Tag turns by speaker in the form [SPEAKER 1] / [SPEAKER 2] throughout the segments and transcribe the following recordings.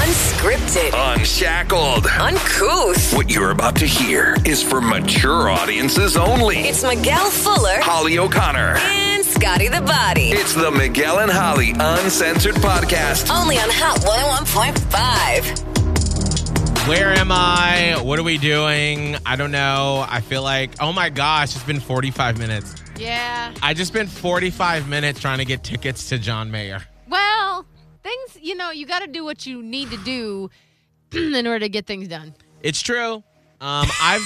[SPEAKER 1] Unscripted,
[SPEAKER 2] Unshackled.
[SPEAKER 1] uncouth.
[SPEAKER 2] What you're about to hear is for mature audiences only.
[SPEAKER 1] It's Miguel Fuller
[SPEAKER 2] Holly O'Connor.
[SPEAKER 1] and Scotty the Body.
[SPEAKER 2] It's the Miguel and Holly Uncensored Podcast.
[SPEAKER 1] Only on Hot 101.5.
[SPEAKER 3] Where am I? What are we doing? I don't know. I feel like, oh my gosh, it's been 45 minutes.
[SPEAKER 4] Yeah.
[SPEAKER 3] I just spent 45 minutes trying to get tickets to John Mayer.
[SPEAKER 4] Well, things, you know, you got to do what you need to do in order to get things done.
[SPEAKER 3] It's true. Um, I've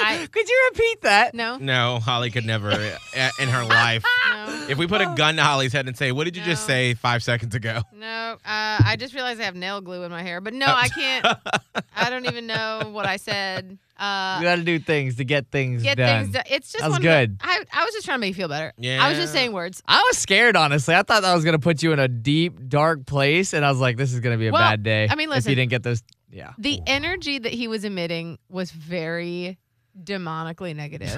[SPEAKER 4] I
[SPEAKER 5] Could you repeat that?
[SPEAKER 4] no.
[SPEAKER 3] no Holly could never uh, in her life.
[SPEAKER 4] No.
[SPEAKER 3] If we put a gun to Holly's head and say, "What did you just
[SPEAKER 4] No.
[SPEAKER 3] say five seconds ago?"
[SPEAKER 4] No, uh, I just realized I have nail glue in my hair, but no, I can't. I don't even know what I said.
[SPEAKER 5] You
[SPEAKER 4] Uh,
[SPEAKER 5] got to do things to get things
[SPEAKER 4] get
[SPEAKER 5] done.
[SPEAKER 4] things done. It's just
[SPEAKER 5] That was
[SPEAKER 4] one of the-
[SPEAKER 5] good.
[SPEAKER 4] I, I was just trying to make you feel better. I was just
[SPEAKER 3] Yeah.
[SPEAKER 4] saying words.
[SPEAKER 5] I was scared, honestly. I thought that was gonna put you in a deep, dark place, and I was like, "This is gonna be a
[SPEAKER 4] Well,
[SPEAKER 5] bad day."
[SPEAKER 4] I mean,
[SPEAKER 5] if
[SPEAKER 4] listen.
[SPEAKER 5] you didn't get those, yeah.
[SPEAKER 4] The energy that he was emitting was very demonically negative.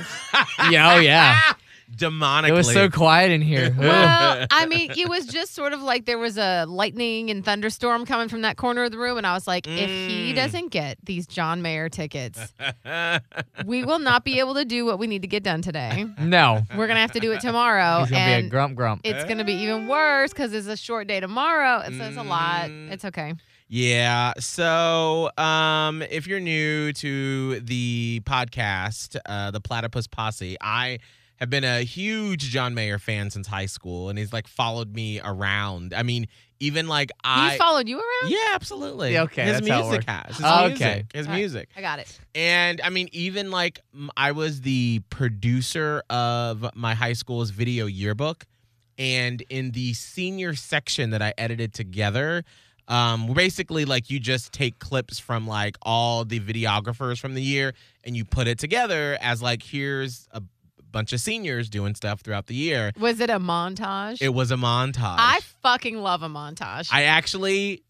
[SPEAKER 5] Yeah, oh yeah.
[SPEAKER 3] Demonically.
[SPEAKER 5] it was so quiet in here. Ugh.
[SPEAKER 4] Well, I mean, it was just sort of like there was a lightning and thunderstorm coming from that corner of the room, and I was like, if he
[SPEAKER 3] Mm.
[SPEAKER 4] doesn't get these John Mayer tickets, we will not be able to do what we need to get done today.
[SPEAKER 5] no,
[SPEAKER 4] We're gonna have to do it tomorrow,
[SPEAKER 5] he's gonna be a
[SPEAKER 4] and
[SPEAKER 5] grump grump.
[SPEAKER 4] it's gonna be even worse because it's a short day tomorrow, and so it's a lot.
[SPEAKER 3] Mm.
[SPEAKER 4] It's okay.
[SPEAKER 3] Yeah. So, um, if you're new to the podcast, uh, the Platypus Posse, I have been a huge John Mayer fan since high school, and he's like followed me around. I mean, even like I.
[SPEAKER 4] He's followed you around.
[SPEAKER 3] yeah, absolutely.
[SPEAKER 5] Yeah, okay,
[SPEAKER 3] His
[SPEAKER 5] that's how it
[SPEAKER 3] music
[SPEAKER 5] works.
[SPEAKER 3] has. His
[SPEAKER 5] Oh,
[SPEAKER 3] music,
[SPEAKER 5] okay.
[SPEAKER 3] His
[SPEAKER 4] All right.
[SPEAKER 3] music.
[SPEAKER 4] I got it.
[SPEAKER 3] And I mean, even like m- I was the producer of my high school's video yearbook. And in the senior section that I edited together, um, we're basically like you just take clips from like all the videographers from the year and you put it together as like here's a bunch of seniors doing stuff throughout the year.
[SPEAKER 4] Was it a montage?
[SPEAKER 3] It was a montage.
[SPEAKER 4] I fucking love a montage.
[SPEAKER 3] I actually,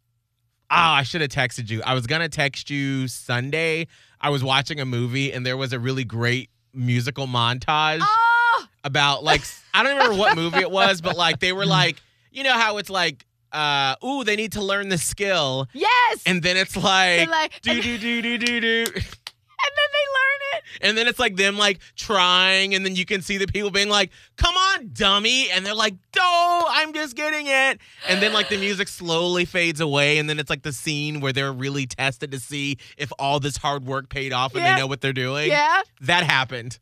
[SPEAKER 3] oh, I should have texted you. I was gonna text you Sunday. I was watching a movie and there was a really great musical montage
[SPEAKER 4] oh,
[SPEAKER 3] about like s- I don't remember what movie it was, but like they were like, you know how it's like, uh, ooh, they need to learn the skill,
[SPEAKER 4] yes.
[SPEAKER 3] and then it's
[SPEAKER 4] They're
[SPEAKER 3] like.
[SPEAKER 4] like,
[SPEAKER 3] Do
[SPEAKER 4] and,
[SPEAKER 3] do do do do do,
[SPEAKER 4] and then they learn it.
[SPEAKER 3] and then it's like them like trying, and then you can see the people being like, "Come on, dummy!" and they're like, "No, I'm just getting it." And then like the music slowly fades away, and then it's like the scene where they're really tested to see if all this hard work paid off and
[SPEAKER 4] Yeah.
[SPEAKER 3] they know what they're doing.
[SPEAKER 4] Yeah.
[SPEAKER 3] That happened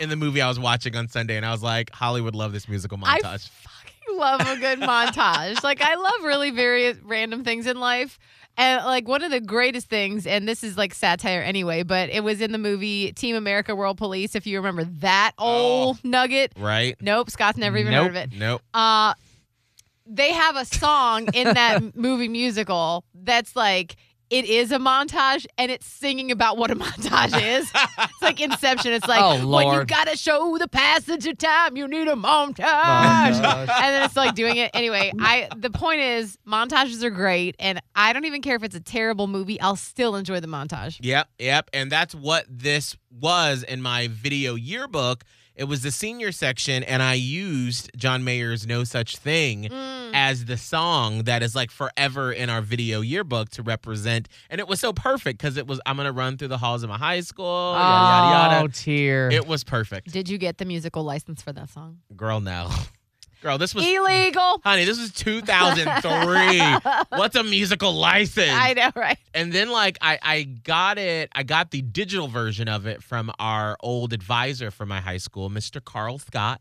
[SPEAKER 3] in the movie I was watching on Sunday, and I was like, Holly would love this musical
[SPEAKER 4] I
[SPEAKER 3] montage.
[SPEAKER 4] fucking love a good montage. Like I love really various random things in life. And like one of the greatest things, and this is like satire anyway, but it was in the movie Team America World Police, if you remember that old nugget.
[SPEAKER 3] right?
[SPEAKER 4] Nope, Scott's never even
[SPEAKER 5] Nope.
[SPEAKER 4] heard of it.
[SPEAKER 3] Nope.
[SPEAKER 4] Uh they have a song in that movie musical that's like it is a montage and it's singing about what a montage is. It's like Inception. It's like
[SPEAKER 5] Oh,
[SPEAKER 4] when you
[SPEAKER 5] Lord.
[SPEAKER 4] gotta show the passage of time, you need a
[SPEAKER 5] Oh,
[SPEAKER 4] montage.
[SPEAKER 5] Montage.
[SPEAKER 4] and then it's like doing it anyway. I the point is montages are great, and I don't even care if it's a terrible movie. I'll still enjoy the montage.
[SPEAKER 3] Yep, yep. And that's what this was in my video yearbook. It was the senior section, and I used John Mayer's No Such Thing
[SPEAKER 4] Mm.
[SPEAKER 3] as the song that is like forever in our video yearbook to represent. And it was so perfect because it was, I'm going to run through the halls of my high school, yada,
[SPEAKER 5] oh,
[SPEAKER 3] yada,
[SPEAKER 5] tear.
[SPEAKER 3] yada. It was perfect.
[SPEAKER 4] Did you get the musical license for that song?
[SPEAKER 3] Girl, no. Girl, this
[SPEAKER 4] E
[SPEAKER 3] was,
[SPEAKER 4] Illegal.
[SPEAKER 3] honey, this was 2003. What's a musical license?
[SPEAKER 4] I know, right?
[SPEAKER 3] and then like I, I got it i got the digital version of it from our old advisor from my high school mr carl scott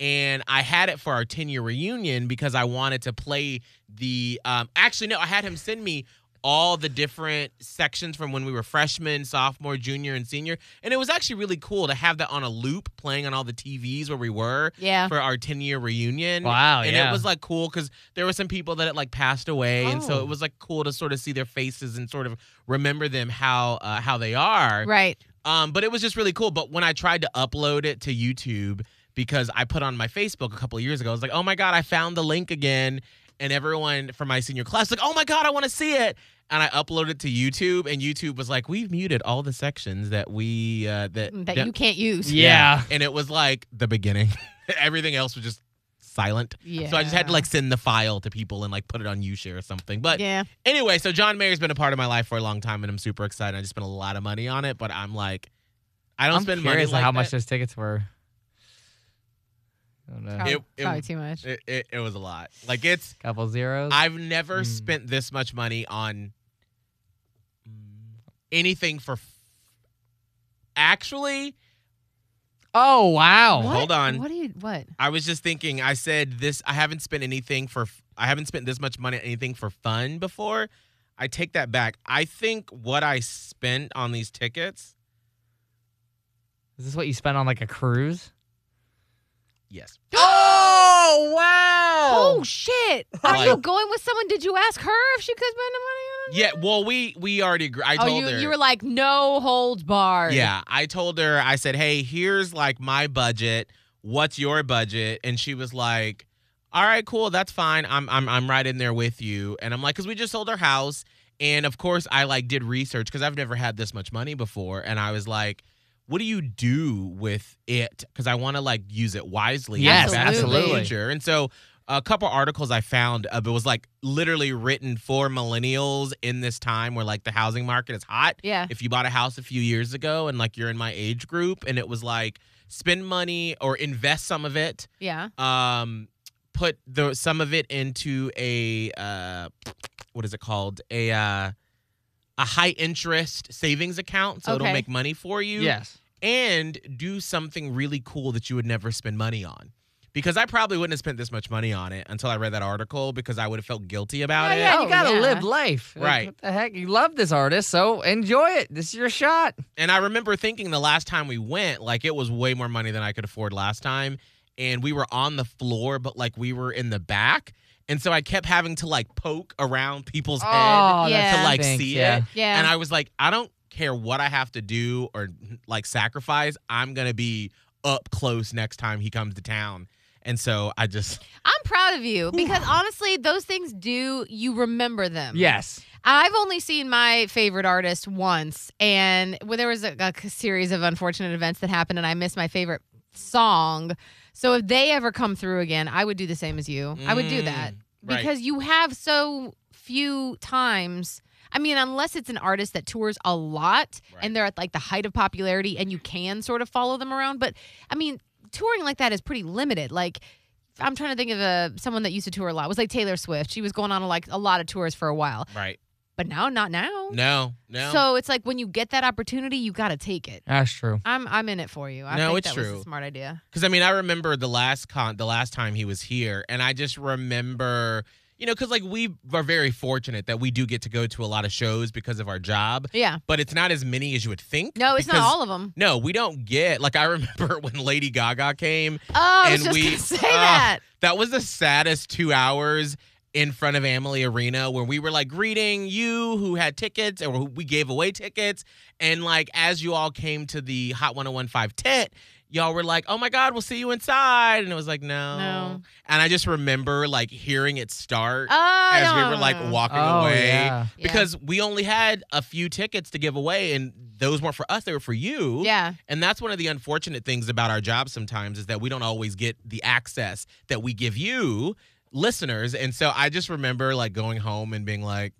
[SPEAKER 3] and i had it for our 10 year reunion because i wanted to play the um, actually no i had him send me all the different sections from when we were freshmen sophomore junior and senior and it was actually really cool to have that on a loop playing on all the tvs where we were
[SPEAKER 4] Yeah.
[SPEAKER 3] for our 10 year reunion
[SPEAKER 5] wow,
[SPEAKER 3] and
[SPEAKER 5] yeah.
[SPEAKER 3] it was like cool because there were some people that had like passed away, and so
[SPEAKER 4] Oh.
[SPEAKER 3] it was like cool to sort of see their faces and sort of remember them how uh, how they are.
[SPEAKER 4] Right.
[SPEAKER 3] Um, but it was just really cool. But when I tried to upload it to YouTube because I put on my Facebook a couple of years ago, I was like, oh my god, I found the link again, and everyone from my senior class was like, oh my god, I want to see it. And I uploaded it to YouTube, and YouTube was like, "We've muted all the sections that we uh, that
[SPEAKER 4] That you can't use.
[SPEAKER 5] Yeah.
[SPEAKER 3] and it was like the beginning. Everything else was just silent. So I just had
[SPEAKER 4] Yeah.
[SPEAKER 3] to like send the file to people and like put it on UShare or something. But
[SPEAKER 4] yeah.
[SPEAKER 3] anyway, so John Mayer's been a part of my life for a long time, and I'm super excited. I just spent a lot of money on it, but I'm like, I don't
[SPEAKER 5] I'm
[SPEAKER 3] spend money
[SPEAKER 5] curious
[SPEAKER 3] like
[SPEAKER 5] how much
[SPEAKER 3] that.
[SPEAKER 5] those tickets were. I don't know.
[SPEAKER 4] Probably,
[SPEAKER 3] It- it-
[SPEAKER 4] probably too much.
[SPEAKER 3] It, it, it was a lot. Like it's,
[SPEAKER 5] Couple zeros.
[SPEAKER 3] I've never
[SPEAKER 5] Mm.
[SPEAKER 3] spent this much money on mm, anything for. F- Actually,
[SPEAKER 5] oh wow.
[SPEAKER 4] What?
[SPEAKER 3] hold on.
[SPEAKER 4] What do you? What?
[SPEAKER 3] I was just thinking. I said this. I haven't spent anything for. f- I haven't spent this much money on anything for fun before. I take that back. I think what I spent on these tickets.
[SPEAKER 5] Is this what you spent on like a cruise?
[SPEAKER 3] Yes.
[SPEAKER 5] oh wow.
[SPEAKER 4] Oh shit! Are you
[SPEAKER 3] Like-
[SPEAKER 4] going with someone? Did you ask her if she could spend the money on?
[SPEAKER 3] Yeah. Well, we we already. Agree. I
[SPEAKER 4] oh,
[SPEAKER 3] told
[SPEAKER 4] you
[SPEAKER 3] her.
[SPEAKER 4] you were like no holds barred.
[SPEAKER 3] yeah. I told her. I said, "Hey, here's like my budget. What's your budget?" And she was like, "All right, cool. That's fine. I'm I'm I'm right in there with you." And I'm like, "Cause we just sold our house, and of course I like did research because I've never had this much money before, and I was like." What do you do with it? Because I want to like use it wisely.
[SPEAKER 5] Yes,
[SPEAKER 3] Back to the
[SPEAKER 5] absolutely.
[SPEAKER 3] future. And so a couple articles I found of it was like literally written for millennials in this time where like the housing market is hot.
[SPEAKER 4] Yeah.
[SPEAKER 3] If you bought a house a few years ago and like you're in my age group and it was like spend money or invest some of it,
[SPEAKER 4] Yeah.
[SPEAKER 3] um, put the some of it into a uh, what is it called a uh, a high interest savings account so
[SPEAKER 4] Okay.
[SPEAKER 3] it'll make money for you
[SPEAKER 5] Yes.
[SPEAKER 3] and do something really cool that you would never spend money on. Because I probably wouldn't have spent this much money on it until I read that article because I would have felt guilty about
[SPEAKER 5] Yeah,
[SPEAKER 3] it.
[SPEAKER 5] yeah,
[SPEAKER 4] Oh,
[SPEAKER 5] you gotta
[SPEAKER 4] yeah.
[SPEAKER 5] live life. Like,
[SPEAKER 3] Right.
[SPEAKER 5] what the heck? You love this artist, so enjoy it. This is your shot.
[SPEAKER 3] And I remember thinking the last time we went, like it was way more money than I could afford last time. And we were on the floor, but like we were in the back. And so I kept having to like poke around people's head
[SPEAKER 5] Oh,
[SPEAKER 4] Yeah.
[SPEAKER 3] to like
[SPEAKER 5] stinks,
[SPEAKER 3] see
[SPEAKER 5] yeah.
[SPEAKER 3] it.
[SPEAKER 4] Yeah.
[SPEAKER 3] And I was like, I don't care what I have to do or like sacrifice. I'm going to be up close next time he comes to town. And so I just
[SPEAKER 4] I'm proud of you because honestly, those things do you remember them.
[SPEAKER 5] Yes.
[SPEAKER 4] I've only seen my favorite artist once, and well, there was a, a series of unfortunate events that happened, and I missed my favorite song. So if they ever come through again, I would do the same as you. I would do that
[SPEAKER 3] Mm, right.
[SPEAKER 4] because you have so few times. I mean, unless it's an artist that tours a lot
[SPEAKER 3] Right.
[SPEAKER 4] and they're at like the height of popularity and you can sort of follow them around. But I mean, touring like that is pretty limited. Like, I'm trying to think of a someone that used to tour a lot. It was like Taylor Swift. She was going on like a lot of tours for a while
[SPEAKER 3] Right.
[SPEAKER 4] but now not now.
[SPEAKER 3] No, no.
[SPEAKER 4] So it's like when you get that opportunity, you got to take it.
[SPEAKER 5] That's true.
[SPEAKER 4] I'm I'm in it for you. I
[SPEAKER 3] No,
[SPEAKER 4] think
[SPEAKER 3] it's
[SPEAKER 4] that was
[SPEAKER 3] true.
[SPEAKER 4] a smart idea.
[SPEAKER 3] Because I mean, I remember the last con, the last time he was here, and I just remember, you know, because like we are very fortunate that we do get to go to a lot of shows because of our job,
[SPEAKER 4] Yeah.
[SPEAKER 3] but it's not as many as you would think.
[SPEAKER 4] No, it's not
[SPEAKER 3] because-
[SPEAKER 4] all of them.
[SPEAKER 3] No, we don't get like I remember when Lady Gaga came.
[SPEAKER 4] Oh, I was
[SPEAKER 3] and
[SPEAKER 4] just
[SPEAKER 3] we-
[SPEAKER 4] gonna say
[SPEAKER 3] ah.
[SPEAKER 4] that.
[SPEAKER 3] That was the saddest two hours in front of Amalie Arena where we were like greeting you who had tickets or who we gave away tickets. And like as you all came to the Hot 1015 tent, y'all were like, oh my God, we'll see you inside. And it was like, no.
[SPEAKER 4] No.
[SPEAKER 3] And I just remember like hearing it start
[SPEAKER 4] Oh,
[SPEAKER 3] as we
[SPEAKER 4] no,
[SPEAKER 3] were
[SPEAKER 4] no,
[SPEAKER 3] like
[SPEAKER 4] no.
[SPEAKER 3] walking
[SPEAKER 5] Oh,
[SPEAKER 3] away.
[SPEAKER 5] yeah.
[SPEAKER 4] Yeah.
[SPEAKER 3] Because we only had a few tickets to give away, and those weren't for us; they were for you.
[SPEAKER 4] yeah,
[SPEAKER 3] And that's one of the unfortunate things about our job sometimes is that we don't always get the access that we give you listeners. And so I just remember like going home and being like,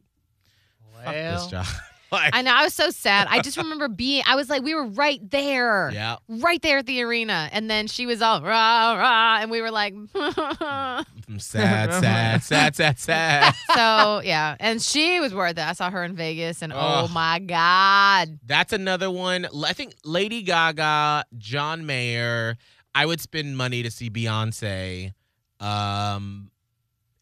[SPEAKER 3] fuck this job. like,
[SPEAKER 4] I know. I was so sad. I just remember being. I was like, we were right there.
[SPEAKER 3] yeah.
[SPEAKER 4] Right there at the arena, and then she was all rah rah, and we were like,
[SPEAKER 3] I'm sad, sad, sad, sad, sad.
[SPEAKER 4] so yeah. And she was worth it. I saw her in Vegas, and oh
[SPEAKER 3] Ugh.
[SPEAKER 4] my god,
[SPEAKER 3] That's another one. L- I think Lady Gaga, John Mayer. I would spend money to see Beyonce. Um,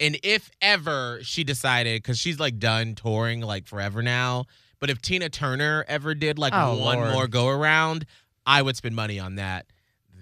[SPEAKER 3] and if ever she decided, because she's like done touring like forever now, but if Tina Turner ever did like
[SPEAKER 5] Oh,
[SPEAKER 3] one
[SPEAKER 5] Lord.
[SPEAKER 3] more go around, I would spend money on that.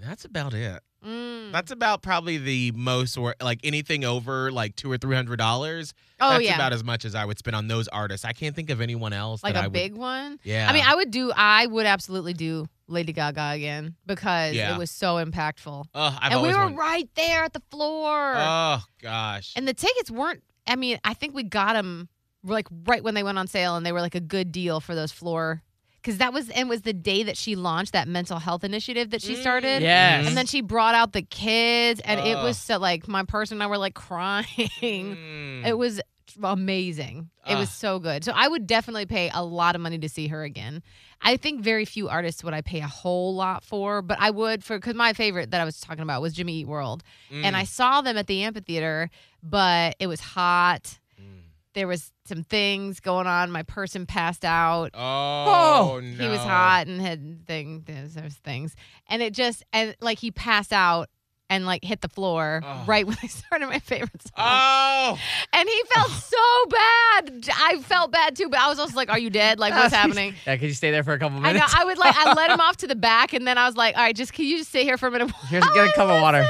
[SPEAKER 3] That's about it.
[SPEAKER 4] Mm.
[SPEAKER 3] That's about probably the most, or like anything over like two or three hundred dollars.
[SPEAKER 4] oh
[SPEAKER 3] that's
[SPEAKER 4] yeah,
[SPEAKER 3] about as much as I would spend on those artists. I can't think of anyone else
[SPEAKER 4] like
[SPEAKER 3] that I
[SPEAKER 4] a
[SPEAKER 3] would-
[SPEAKER 4] big one.
[SPEAKER 3] Yeah,
[SPEAKER 4] I mean, I would do. I would absolutely do Lady Gaga again because
[SPEAKER 3] Yeah.
[SPEAKER 4] it was so impactful,
[SPEAKER 3] Ugh, I've
[SPEAKER 4] and we
[SPEAKER 3] always
[SPEAKER 4] were
[SPEAKER 3] wanted-
[SPEAKER 4] right there at the floor.
[SPEAKER 3] Oh gosh.
[SPEAKER 4] and the tickets weren't. I mean, I think we got them like right when they went on sale, and they were like a good deal for those floor because that was and was the day that she launched that mental health initiative that
[SPEAKER 3] Mm,
[SPEAKER 4] she started.
[SPEAKER 5] Yes.
[SPEAKER 4] And then she brought out the kids, and it
[SPEAKER 3] Ugh.
[SPEAKER 4] was so like my person and I were like crying.
[SPEAKER 3] Mm.
[SPEAKER 4] It was amazing. It
[SPEAKER 3] Ugh.
[SPEAKER 4] was so good. So I would definitely pay a lot of money to see her again. I think very few artists would I pay a whole lot for, but I would for because my favorite that I was talking about was Jimmy Eat World,
[SPEAKER 3] mm,
[SPEAKER 4] and I saw them at the amphitheater, but it was hot.
[SPEAKER 3] Mm.
[SPEAKER 4] There was some things going on. My person passed out
[SPEAKER 3] Oh, no.
[SPEAKER 4] he was hot and had thing those, those things and it just and like he passed out and like hit the floor
[SPEAKER 3] Oh.
[SPEAKER 4] right when I started my favorite song,
[SPEAKER 3] Oh,
[SPEAKER 4] and he felt so bad. I felt bad too, but I was also like, "Are you dead? Like, what's happening?"
[SPEAKER 5] Yeah, could you stay there for a couple
[SPEAKER 4] I know.
[SPEAKER 5] minutes?
[SPEAKER 4] I would like, I let him off to the back, and then I was like, "All right, just can you just sit here for a minute?"
[SPEAKER 5] Here's get a cup of water.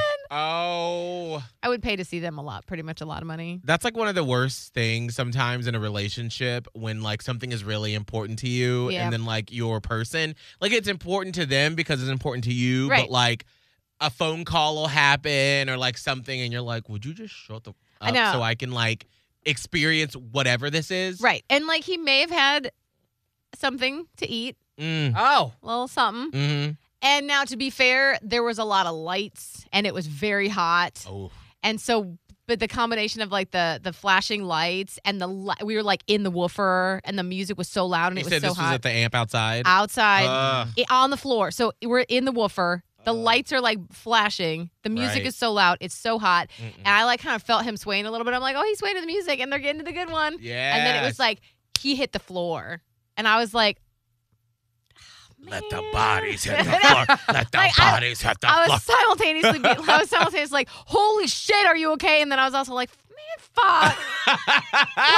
[SPEAKER 3] oh.
[SPEAKER 4] I would pay to see them a lot, pretty much a lot of money.
[SPEAKER 3] That's like one of the worst things sometimes in a relationship when like something is really important to you
[SPEAKER 4] Yeah.
[SPEAKER 3] and then like your person, like it's important to them because it's important to you,
[SPEAKER 4] Right.
[SPEAKER 3] but like a phone call will happen or like something and you're like, would you just shut the up
[SPEAKER 4] I know.
[SPEAKER 3] so I can like experience whatever this is?
[SPEAKER 4] Right, and like he may have had something to eat,
[SPEAKER 3] Mm.
[SPEAKER 5] Oh.
[SPEAKER 4] a little something.
[SPEAKER 3] hmm
[SPEAKER 4] And now, to be fair, there was a lot of lights, and it was very hot.
[SPEAKER 3] Oh.
[SPEAKER 4] and so but the combination of like the the flashing lights and the li- we were like in the woofer and the music was so loud and
[SPEAKER 3] You
[SPEAKER 4] it was
[SPEAKER 3] said
[SPEAKER 4] so
[SPEAKER 3] this was Uh,
[SPEAKER 4] hot
[SPEAKER 3] at the amp outside.
[SPEAKER 4] outside
[SPEAKER 3] Ugh.
[SPEAKER 4] i- on the floor so we're in the woofer the
[SPEAKER 2] Oh.
[SPEAKER 3] Ugh.
[SPEAKER 4] lights are like flashing the music
[SPEAKER 3] Right.
[SPEAKER 4] is so loud it's so hot
[SPEAKER 2] Mm.
[SPEAKER 3] Mm-mm.
[SPEAKER 4] and i like kind of felt him swaying a little bit i'm like oh he's swaying to the music and they're getting to the good one
[SPEAKER 3] yeah.
[SPEAKER 4] and then it was like he hit the floor and i was like
[SPEAKER 2] Let the
[SPEAKER 4] Man.
[SPEAKER 2] bodies hit the floor. Let the
[SPEAKER 4] Like, I-
[SPEAKER 2] bodies hit the
[SPEAKER 4] I
[SPEAKER 2] floor.
[SPEAKER 4] was simultaneously, be, I was simultaneously like, "Holy shit, are you okay?" And then I was also like, "Man, fuck!"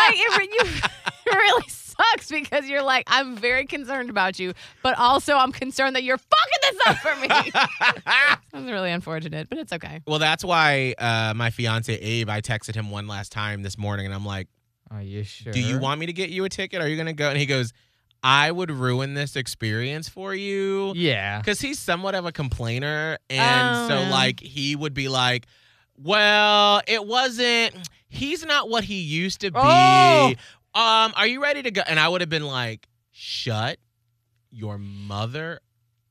[SPEAKER 4] like it, re- you, it really sucks because you're like, "I'm very concerned about you, but also I'm concerned that you're fucking this up for me." That's really unfortunate, but it's okay.
[SPEAKER 3] Well, that's why uh, my fiance Abe, I texted him one last time this morning and I'm like,
[SPEAKER 5] Are you sure?
[SPEAKER 3] Do you want me to get you a ticket? Are you going to go? And he goes, I would ruin this experience for you.
[SPEAKER 5] Yeah.
[SPEAKER 3] Because he's somewhat of a complainer. And
[SPEAKER 4] Oh,
[SPEAKER 3] so,
[SPEAKER 4] yeah.
[SPEAKER 3] like, he would be like, Well, it wasn't, he's not what he used to be.
[SPEAKER 5] Oh.
[SPEAKER 3] Um, Are you ready to go? And I would have been like, Shut your mother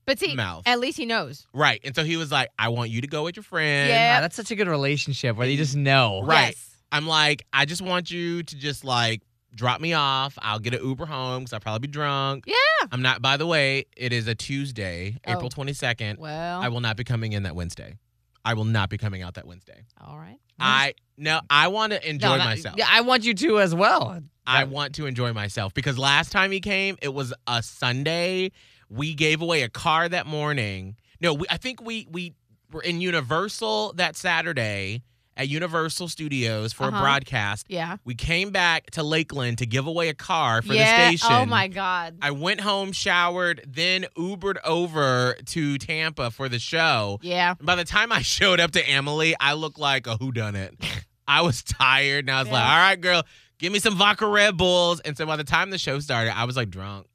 [SPEAKER 4] But see,
[SPEAKER 3] mouth.
[SPEAKER 4] at least he knows.
[SPEAKER 3] right. And so he was like, I want you to go with your friend.
[SPEAKER 4] Yeah.
[SPEAKER 5] Ah, that's such a good relationship where you just know.
[SPEAKER 3] Right.
[SPEAKER 4] Yes.
[SPEAKER 3] I'm like, I just want you to just like drop me off. I'll get an Uber home because I'll probably be drunk.
[SPEAKER 4] Yeah.
[SPEAKER 3] I'm not, by the way, it is a Tuesday,
[SPEAKER 4] Oh.
[SPEAKER 3] April 22nd.
[SPEAKER 4] Well,
[SPEAKER 3] I will not be coming in that Wednesday. I will not be coming out that Wednesday.
[SPEAKER 4] all right.
[SPEAKER 3] I, no, I want to enjoy
[SPEAKER 5] No, that-
[SPEAKER 3] myself.
[SPEAKER 5] Yeah, I want you to as
[SPEAKER 4] Oh,
[SPEAKER 5] well.
[SPEAKER 3] I want to enjoy myself because last time he came, it was a Sunday. We gave away a car that morning. No, we, I think we we were in Universal that Saturday at Universal Studios for
[SPEAKER 4] Uh-huh.
[SPEAKER 3] a broadcast.
[SPEAKER 4] Yeah.
[SPEAKER 3] We came back to Lakeland to give away a car for
[SPEAKER 4] yeah.
[SPEAKER 3] the station.
[SPEAKER 4] Oh my god.
[SPEAKER 3] I went home, showered, then Ubered over to Tampa for the show.
[SPEAKER 4] yeah.
[SPEAKER 3] And By the time I showed up to Emily, I looked like a whodunit. I was tired, and I was like,
[SPEAKER 4] Yeah.
[SPEAKER 3] "All right, girl, give me some vodka Red Bulls." And so by the time the show started, I was like drunk,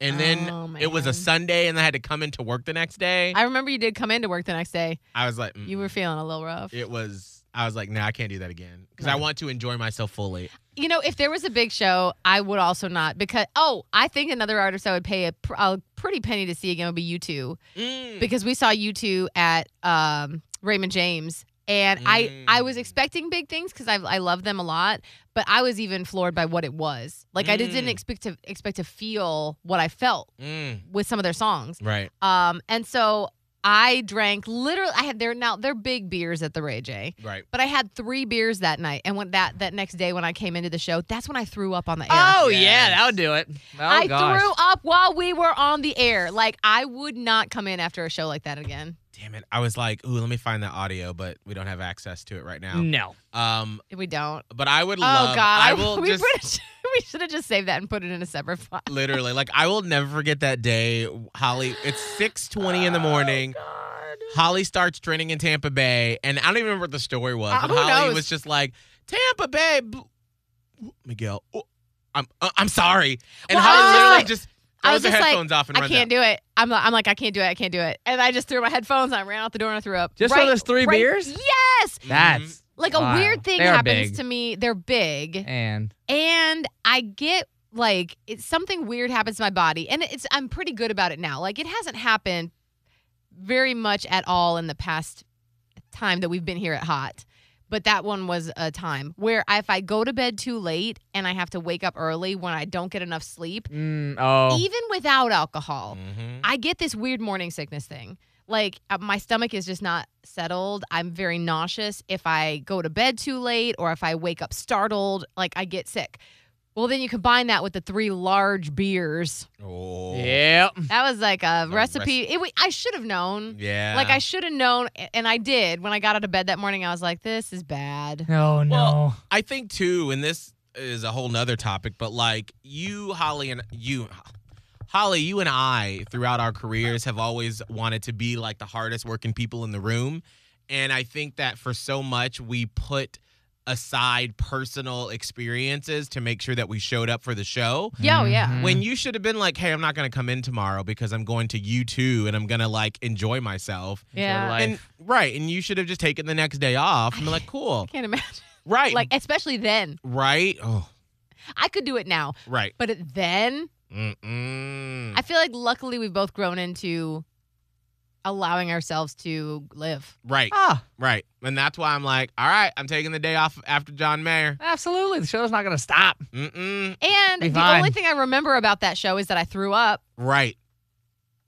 [SPEAKER 3] and then
[SPEAKER 4] Oh,
[SPEAKER 3] it was a
[SPEAKER 4] man.
[SPEAKER 3] Sunday, and I had to come into work the next day. I,
[SPEAKER 4] I remember you did come into work the next day.
[SPEAKER 3] was like,
[SPEAKER 4] You were
[SPEAKER 3] "Mm-mm."
[SPEAKER 4] feeling a little rough.
[SPEAKER 3] Mm. It was. I was like, "No, I can't do that again," because I
[SPEAKER 5] No.
[SPEAKER 3] want to enjoy myself fully.
[SPEAKER 4] You know, if there was a big show, I would also not because oh, I think another artist I would pay a, pr- a pretty penny to see again would be you 2
[SPEAKER 3] Mm.
[SPEAKER 4] because we saw you 2 at um, Raymond James and I I was
[SPEAKER 3] Mm.
[SPEAKER 4] expecting big things because I I love them a lot, but I was even floored by what it was. Like I just didn't
[SPEAKER 3] Mm.
[SPEAKER 4] expect to expect to feel what I felt
[SPEAKER 3] Mm.
[SPEAKER 4] with some of their songs.
[SPEAKER 3] Right.
[SPEAKER 4] Um, and so I drank literally. I had their now they're big beers at the Ray J.
[SPEAKER 3] Right.
[SPEAKER 4] But I had three beers that night, and when that that next day when I came into the show, that's when I threw up on the air.
[SPEAKER 5] Oh yeah,
[SPEAKER 3] Yes.
[SPEAKER 5] that would do it. Oh
[SPEAKER 4] I
[SPEAKER 5] gosh.
[SPEAKER 4] threw up while we were on the air. Like I would not come in after a show like that again.
[SPEAKER 3] Damn it. I was like, "Ooh, let me find that audio," but we don't have access to it right now.
[SPEAKER 5] No.
[SPEAKER 3] Um,
[SPEAKER 4] We don't.
[SPEAKER 3] but I would
[SPEAKER 4] Mm. oh
[SPEAKER 3] love.
[SPEAKER 4] God!
[SPEAKER 3] I will
[SPEAKER 4] we
[SPEAKER 3] just.
[SPEAKER 4] would've- we should have just saved that and put it in a separate file.
[SPEAKER 3] Literally, like I will never forget that day. Holly, it's six twenty
[SPEAKER 4] Oh,
[SPEAKER 3] in the morning. Holly starts training in Tampa Bay, and I don't even remember what the story was.
[SPEAKER 4] Uh,
[SPEAKER 3] but
[SPEAKER 4] who
[SPEAKER 3] Holly
[SPEAKER 4] knows?
[SPEAKER 3] was just like Tampa Bay, b- Miguel. oh, I'm uh, I'm sorry, and
[SPEAKER 4] Well, I was
[SPEAKER 3] Holly
[SPEAKER 4] just
[SPEAKER 3] literally
[SPEAKER 4] like-
[SPEAKER 3] just
[SPEAKER 4] I
[SPEAKER 3] throws
[SPEAKER 4] was
[SPEAKER 3] her
[SPEAKER 4] just like,
[SPEAKER 3] headphones off and
[SPEAKER 4] I
[SPEAKER 3] runs
[SPEAKER 4] can't do it. I'm I'm like I can't do it. I can't do it. And I just threw my headphones. on, I ran out the door and I threw up.
[SPEAKER 5] Just for
[SPEAKER 4] right,
[SPEAKER 5] those three
[SPEAKER 4] right-
[SPEAKER 5] beers?
[SPEAKER 4] Yes.
[SPEAKER 3] out.
[SPEAKER 5] That's
[SPEAKER 4] Like a
[SPEAKER 5] Wow.
[SPEAKER 4] weird thing
[SPEAKER 5] They are
[SPEAKER 4] happens
[SPEAKER 5] big.
[SPEAKER 4] to me. They're big.
[SPEAKER 5] and
[SPEAKER 4] And I get like it's something weird happens to my body and it's I'm pretty good about it now. Like it hasn't happened very much at all in the past time that we've been here at Hot. But that one was a time where if I go to bed too late and I have to wake up early when I don't get enough sleep,
[SPEAKER 5] Mm, oh.
[SPEAKER 4] even without alcohol,
[SPEAKER 3] Mhm.
[SPEAKER 4] I get this weird morning sickness thing. Like uh, my stomach is just not settled. I'm very nauseous if I go to bed too late or if I wake up startled, like I get sick. Well, then you combine that with the three large beers.
[SPEAKER 3] Oh.
[SPEAKER 5] Yep.
[SPEAKER 4] Mm. That was like a
[SPEAKER 3] The
[SPEAKER 4] recipe. It wa- I should have known.
[SPEAKER 3] Oh, Yeah.
[SPEAKER 4] Like I should have known a- and I did. When I got out of bed that morning, I was like, this is bad.
[SPEAKER 5] Oh no.
[SPEAKER 3] Well, I think too, and this is a whole nother topic, but like you, Holly, and you, Holly, you and I, throughout our careers, have always wanted to be like the hardest working people in the room. And I think that for so much, we put aside personal experiences to make sure that we showed up for the show.
[SPEAKER 4] Yeah, oh, yeah.
[SPEAKER 3] When you should have been like, hey, I'm not going to come in tomorrow because I'm going to U2 and I'm going to like enjoy myself.
[SPEAKER 4] Yeah.
[SPEAKER 5] life.
[SPEAKER 3] And right. And you should have just taken the next day off and been like, cool.
[SPEAKER 4] Can't imagine.
[SPEAKER 3] Right.
[SPEAKER 4] Like especially then.
[SPEAKER 3] Right? Oh,
[SPEAKER 4] I could do it now.
[SPEAKER 3] right.
[SPEAKER 4] But it- then
[SPEAKER 3] Mm-mm.
[SPEAKER 4] I feel like luckily we've both grown into allowing ourselves to live.
[SPEAKER 3] Right,
[SPEAKER 5] ah,
[SPEAKER 3] right. And that's why I'm like, all right, I'm taking the day off after John Mayer.
[SPEAKER 5] absolutely. The show's not gonna stop.
[SPEAKER 3] Mm-mm.
[SPEAKER 4] And
[SPEAKER 5] Be
[SPEAKER 4] the
[SPEAKER 5] fine.
[SPEAKER 4] only thing I remember about that show is that I threw up.
[SPEAKER 3] Right.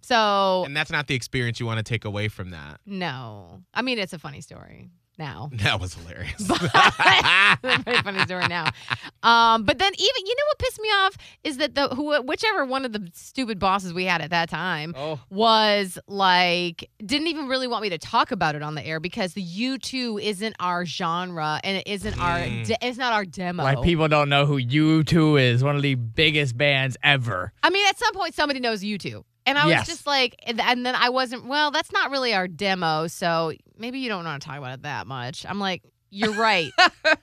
[SPEAKER 4] So
[SPEAKER 3] And that's not the experience you want to take away from that.
[SPEAKER 4] no, I mean it's a funny story now.
[SPEAKER 3] That was hilarious.
[SPEAKER 4] It's a pretty funny story now. Um, but then even you know what pissed me off is that the who whichever one of the stupid bosses we had at that time
[SPEAKER 5] Oh.
[SPEAKER 4] was like didn't even really want me to talk about it on the air because the U2 isn't our genre and it isn't our
[SPEAKER 3] Mm.
[SPEAKER 4] de- it's not our demo.
[SPEAKER 5] Like people don't know who U2 is, one of the biggest bands ever.
[SPEAKER 4] I mean, at some point, somebody knows you two. And I was
[SPEAKER 5] Yes.
[SPEAKER 4] just like, and and then I wasn't, well, that's not really our demo. So maybe you don't want to talk about it that much. I'm like, you're right.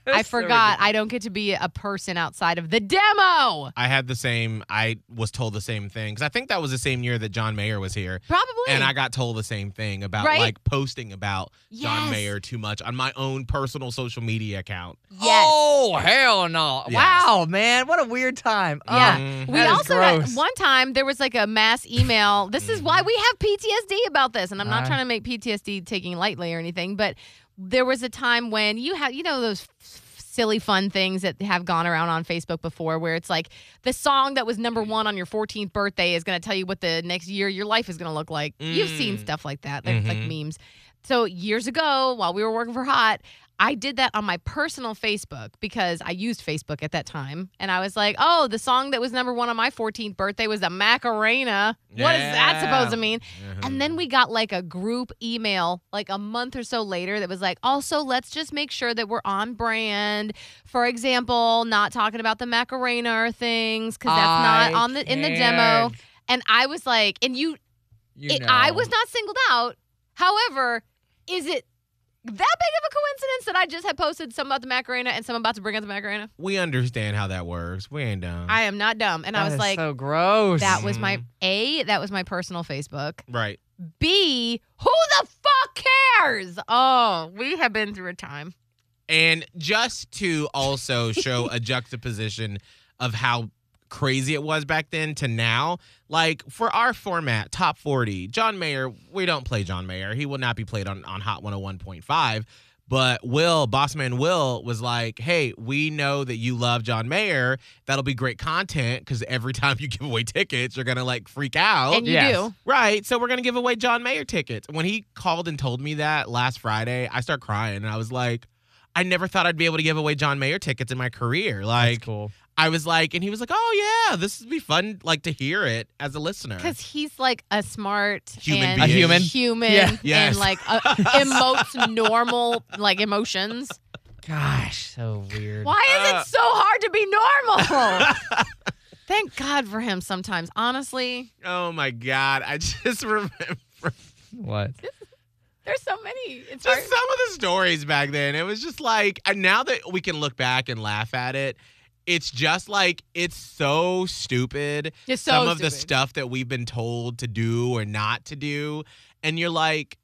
[SPEAKER 4] I forgot. I don't get to be a person outside of the demo.
[SPEAKER 3] I had the same, I was told the same thing. Because I think that was the same year that John Mayer was here.
[SPEAKER 4] Probably.
[SPEAKER 3] And I got told the same thing about
[SPEAKER 4] Right?
[SPEAKER 3] like posting about John
[SPEAKER 4] Yes.
[SPEAKER 3] Mayer too much on my own personal social media account.
[SPEAKER 4] Yes.
[SPEAKER 5] Oh hell no!
[SPEAKER 3] Yes.
[SPEAKER 5] Wow, man, what a weird time. Oh.
[SPEAKER 4] Yeah.
[SPEAKER 3] Mhm.
[SPEAKER 4] We
[SPEAKER 5] That is
[SPEAKER 4] also got-
[SPEAKER 5] gross.
[SPEAKER 4] one time there was like a mass email. This is why we have PTSD about this, and I'm not
[SPEAKER 5] Aye.
[SPEAKER 4] trying to make PTSD taking lightly or anything, but there was a time when you had you know those f- f- silly fun things that have gone around on Facebook before, where it's like the song that was number one on your 14th birthday is going to tell you what the next year your life is going to look like. You've seen
[SPEAKER 3] Mm.
[SPEAKER 4] stuff like that, like, like
[SPEAKER 3] Mhm.
[SPEAKER 4] memes. So years ago, while we were working for Hot, I did that on my personal Facebook because I used Facebook at that time. And I was like, oh, the song that was number one on my 14th birthday was the Macarena. What is that
[SPEAKER 3] Yeah.
[SPEAKER 4] supposed to mean?
[SPEAKER 3] Mhm.
[SPEAKER 4] And
[SPEAKER 5] Mm.
[SPEAKER 4] then we got like a group email like a month or so later that was like, also, let's just make sure that we're on brand. For example, not talking about the Macarena or things because that's
[SPEAKER 5] I
[SPEAKER 4] not on the in the demo.
[SPEAKER 5] can't.
[SPEAKER 4] And I was like, and you
[SPEAKER 5] You
[SPEAKER 4] it, I
[SPEAKER 5] know.
[SPEAKER 4] was not singled out. However, is it that big of a coincidence that I just had posted some about the Macarena and some about to bring up the Macarena?
[SPEAKER 3] we understand how that works. We ain't dumb.
[SPEAKER 4] I am not dumb. And
[SPEAKER 5] That
[SPEAKER 4] I was
[SPEAKER 5] is
[SPEAKER 4] like,
[SPEAKER 5] so Mm-hmm. gross.
[SPEAKER 4] that was my A, that was my personal Facebook.
[SPEAKER 3] right.
[SPEAKER 4] B, who the fuck cares? Oh, we have been through a time.
[SPEAKER 3] And just to also show a juxtaposition of how crazy it was back then to now, like for our format, top 40, John Mayer, we don't play John Mayer. He will not be played on, on Hot 101.5. But Will, Bossman Will, was like, hey, we know that you love John Mayer. That'll be great content because every time you give away tickets, you're going to like freak out.
[SPEAKER 4] and you
[SPEAKER 5] yes.
[SPEAKER 4] do.
[SPEAKER 3] Right. So we're going to give away John Mayer tickets. When he called and told me that last Friday, I start crying and I was like, I never thought I'd be able to give away John Mayer tickets in my career.
[SPEAKER 5] That's
[SPEAKER 3] Like
[SPEAKER 5] cool.
[SPEAKER 3] I was like and he was like, "Oh yeah, this would be fun like to hear it as a listener."
[SPEAKER 4] Because he's like a smart
[SPEAKER 3] Human
[SPEAKER 4] and
[SPEAKER 3] being. A
[SPEAKER 5] human.
[SPEAKER 4] human
[SPEAKER 5] Yeah.
[SPEAKER 3] Yes.
[SPEAKER 4] and like uh, emotes normal like emotions.
[SPEAKER 5] Gosh, so weird.
[SPEAKER 4] Why is
[SPEAKER 3] Uh,
[SPEAKER 4] it so hard to be normal? Thank God for him sometimes. Honestly,
[SPEAKER 3] Oh my god, I just remember
[SPEAKER 5] What?
[SPEAKER 4] there's so many. It's hard.
[SPEAKER 3] just some of the stories back then. It was just like and now that we can look back and laugh at it, it's just like it's so stupid.
[SPEAKER 4] Just so
[SPEAKER 3] some of the
[SPEAKER 4] stupid.
[SPEAKER 3] stuff that we've been told to do or not to do and you're like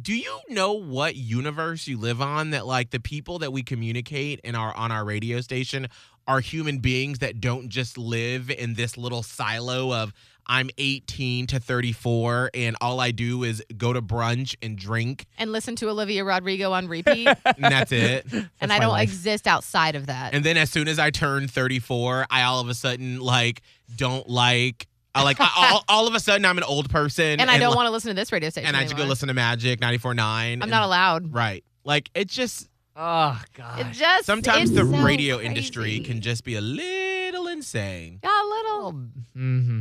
[SPEAKER 3] do you know what universe you live on that like the people that we communicate and are on our radio station are human beings that don't just live in this little silo of I'm 18 to 34 and all I do is go to brunch and drink
[SPEAKER 4] and listen to Olivia Rodrigo on repeat,
[SPEAKER 3] and that's it.
[SPEAKER 4] and
[SPEAKER 5] my
[SPEAKER 4] I don't
[SPEAKER 5] life.
[SPEAKER 4] exist outside of that.
[SPEAKER 3] and then as soon as I turn 34, I all of a sudden like don't like I like I, all, all of a sudden I'm an old person
[SPEAKER 4] And, I don't
[SPEAKER 3] like,
[SPEAKER 4] want to listen to this radio station.
[SPEAKER 3] and I just go
[SPEAKER 4] anymore.
[SPEAKER 3] listen to Magic 94.9.
[SPEAKER 4] I'm not allowed.
[SPEAKER 3] Right. Like it's just
[SPEAKER 5] Oh
[SPEAKER 4] It
[SPEAKER 5] gosh.
[SPEAKER 4] just
[SPEAKER 3] sometimes
[SPEAKER 4] it's
[SPEAKER 3] the
[SPEAKER 4] so
[SPEAKER 3] radio industry
[SPEAKER 4] crazy.
[SPEAKER 3] can just be a little insane.
[SPEAKER 4] Yeah, a little.
[SPEAKER 5] Mm-hmm.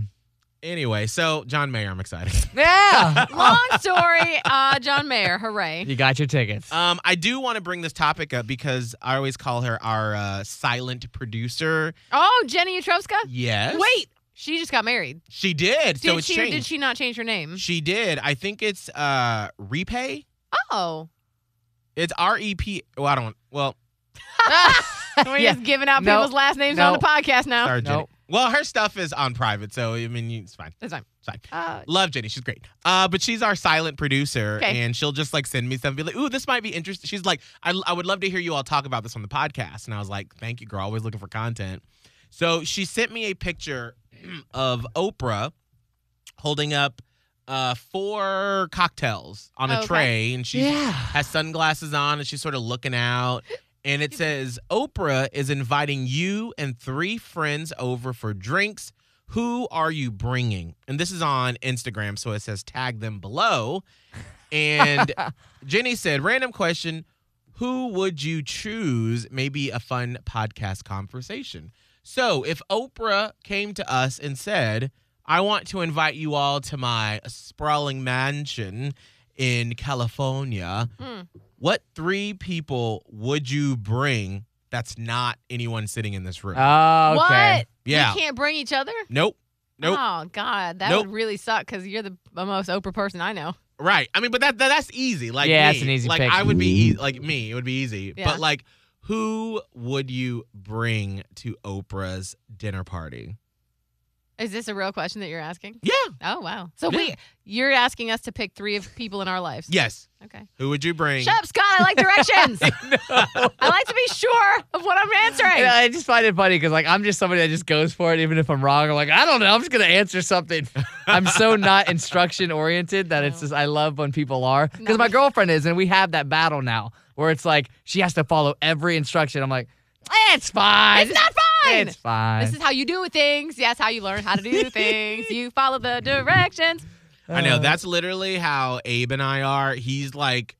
[SPEAKER 3] Anyway, so John Mayer, I'm excited.
[SPEAKER 5] Yeah.
[SPEAKER 3] Oh.
[SPEAKER 4] Long story. Uh, John Mayer. Hooray.
[SPEAKER 5] you got your tickets.
[SPEAKER 3] Um, I do want to bring this topic up because I always call her our uh, silent producer.
[SPEAKER 4] Oh, Jenny Utrovska.
[SPEAKER 3] Yes.
[SPEAKER 4] Wait, she just got married.
[SPEAKER 3] She did.
[SPEAKER 4] Did
[SPEAKER 3] so it's
[SPEAKER 4] she or
[SPEAKER 3] changed.
[SPEAKER 4] did she not change her name?
[SPEAKER 3] She did. I think it's uh repay.
[SPEAKER 4] Oh.
[SPEAKER 3] It's R E P. Well, I don't. Well,
[SPEAKER 4] We're
[SPEAKER 5] Yeah.
[SPEAKER 4] just giving out
[SPEAKER 5] No.
[SPEAKER 4] people's last names on
[SPEAKER 5] No.
[SPEAKER 4] the podcast now.
[SPEAKER 3] sorry, Jenny.
[SPEAKER 5] Nope.
[SPEAKER 3] Well, her stuff is on private, so I mean, you- it's fine.
[SPEAKER 4] That's fine.
[SPEAKER 3] It's fine.
[SPEAKER 4] Uh,
[SPEAKER 3] Love Jenny, she's great. Uh, but she's our silent producer,
[SPEAKER 4] Okay.
[SPEAKER 3] and she'll just like send me something like, "Ooh, this might be interesting." She's like, I, "I would love to hear you all talk about this on the podcast," and I was like, "Thank you, girl. Always looking for content." So she sent me a picture of Oprah holding up uh, four cocktails on a
[SPEAKER 4] Okay.
[SPEAKER 3] tray, and she's
[SPEAKER 5] yeah.
[SPEAKER 3] has sunglasses on and she's sort of looking out. And it says, Oprah is inviting you and three friends over for drinks. Who are you bringing? And this is on Instagram, so it says tag them below. And Jenny said, random question Who would you choose? Maybe a fun podcast conversation. So if Oprah came to us and said, I want to invite you all to my sprawling mansion in California,
[SPEAKER 4] Hmm.
[SPEAKER 3] what three people would you bring that's not anyone sitting in this room?
[SPEAKER 5] Oh, okay.
[SPEAKER 4] What?
[SPEAKER 3] yeah.
[SPEAKER 4] We can't bring each other?
[SPEAKER 3] Nope. Nope.
[SPEAKER 4] Oh, God. That
[SPEAKER 3] Nope.
[SPEAKER 4] would really suck because you're the most Oprah person I know.
[SPEAKER 3] Right. I mean, but that, that that's easy. Like
[SPEAKER 5] Yeah,
[SPEAKER 3] me.
[SPEAKER 5] it's an easy
[SPEAKER 3] Like
[SPEAKER 5] pick.
[SPEAKER 3] I would be easy. Like me, it would be easy.
[SPEAKER 4] Yeah.
[SPEAKER 3] But like, who would you bring to Oprah's dinner party?
[SPEAKER 4] Is this a real question that you're asking?
[SPEAKER 3] Yeah.
[SPEAKER 4] Oh, wow. So
[SPEAKER 3] Yeah.
[SPEAKER 4] we, you're asking us to pick three of people in our lives.
[SPEAKER 3] Yes.
[SPEAKER 4] Okay.
[SPEAKER 3] Who would you bring?
[SPEAKER 4] Shut up, Scott. I like directions. I like to be sure of what I'm answering.
[SPEAKER 5] And I just find it funny because like I'm just somebody that just goes for it, even if I'm wrong. I'm like, I don't know. I'm just gonna answer something. I'm so not instruction oriented that it's
[SPEAKER 4] No.
[SPEAKER 5] just I love when people are because
[SPEAKER 4] No.
[SPEAKER 5] my girlfriend is, and we have that battle now where it's like she has to follow every instruction. I'm like, it's
[SPEAKER 3] uh,
[SPEAKER 5] fine.
[SPEAKER 4] It's not fine.
[SPEAKER 5] It's fine.
[SPEAKER 4] This is how you do things. Yes, how you learn how to do things. You follow the directions.
[SPEAKER 3] I know.
[SPEAKER 5] Uh,
[SPEAKER 3] That's literally how Abe and I are. He's like,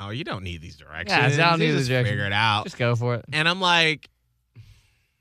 [SPEAKER 3] oh, you don't need these directions.
[SPEAKER 5] I don't
[SPEAKER 3] You
[SPEAKER 5] need the
[SPEAKER 3] just
[SPEAKER 5] directions.
[SPEAKER 3] Figure it out.
[SPEAKER 5] just go for it.
[SPEAKER 3] and I'm like,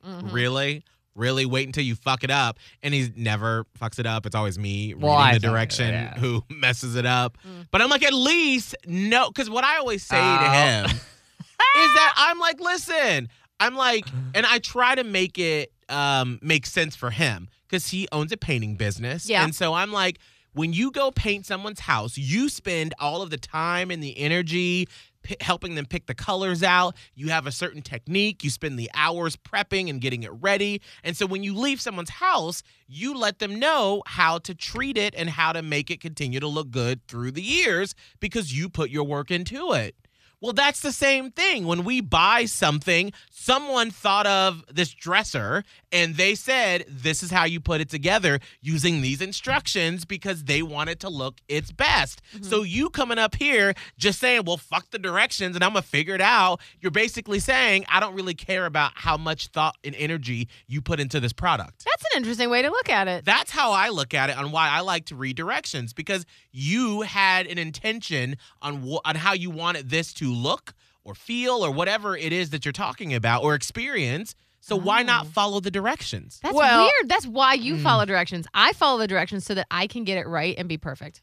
[SPEAKER 5] Mm-hmm.
[SPEAKER 4] Mhm.
[SPEAKER 3] really? Really wait until you fuck it up. And he's never fucks it up. It's always me reading
[SPEAKER 5] Well,
[SPEAKER 3] the
[SPEAKER 5] I fuck it up,
[SPEAKER 3] direction
[SPEAKER 5] yeah.
[SPEAKER 3] who messes it up.
[SPEAKER 4] Mm.
[SPEAKER 3] But I'm like, at least no, because what I always say to
[SPEAKER 5] Oh.
[SPEAKER 3] him is that I'm like, listen, I'm like, and I try to make it um make sense for him because he owns a painting business.
[SPEAKER 4] Yeah.
[SPEAKER 3] And so I'm like, when you go paint someone's house, you spend all of the time and the energy p- helping them pick the colors out. You have a certain technique. You spend the hours prepping and getting it ready. And so when you leave someone's house, you let them know how to treat it and how to make it continue to look good through the years because you put your work into it. Well, that's the same thing. When we buy something, someone thought of this dresser and they said, This is how you put it together using these instructions because they want it to look its best. So, you coming up here just saying, Well, fuck the directions and I'm going to figure it out, you're basically saying, I don't really care about how much thought and energy you put into this product.
[SPEAKER 4] That's an interesting way to look at it.
[SPEAKER 3] That's how I look at it on why I like to read directions because you had an intention on wh- on how you wanted this to look or feel or whatever it is that you're talking about or experience. So why not
[SPEAKER 4] Oh.
[SPEAKER 3] follow the directions?
[SPEAKER 4] That's
[SPEAKER 5] Well-
[SPEAKER 4] weird. That's why you
[SPEAKER 5] Mm.
[SPEAKER 4] follow directions. I follow the directions so that I can get it right and be perfect.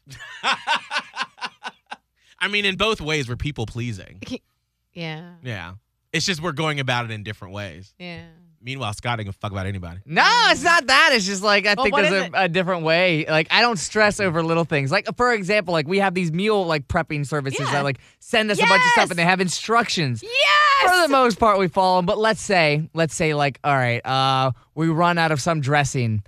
[SPEAKER 3] I mean, in both ways, we're people pleasing.
[SPEAKER 4] Yeah.
[SPEAKER 3] Yeah. It's just we're going about it in different ways.
[SPEAKER 4] Yeah.
[SPEAKER 3] Meanwhile, Scott ain't gonna fuck about anybody.
[SPEAKER 5] No, it's not that. It's just like I
[SPEAKER 4] Well,
[SPEAKER 5] think
[SPEAKER 4] what
[SPEAKER 5] there's
[SPEAKER 4] is
[SPEAKER 5] a,
[SPEAKER 4] it?
[SPEAKER 5] a different way. Like I don't stress over little things. Like for example, like we have these meal like prepping services
[SPEAKER 4] Yeah.
[SPEAKER 5] that like send us a bunch of stuff
[SPEAKER 4] Yes!
[SPEAKER 5] and they have instructions.
[SPEAKER 4] Yes.
[SPEAKER 5] For the most part, we follow them. But let's say, let's say like, all right, uh, we run out of some dressing,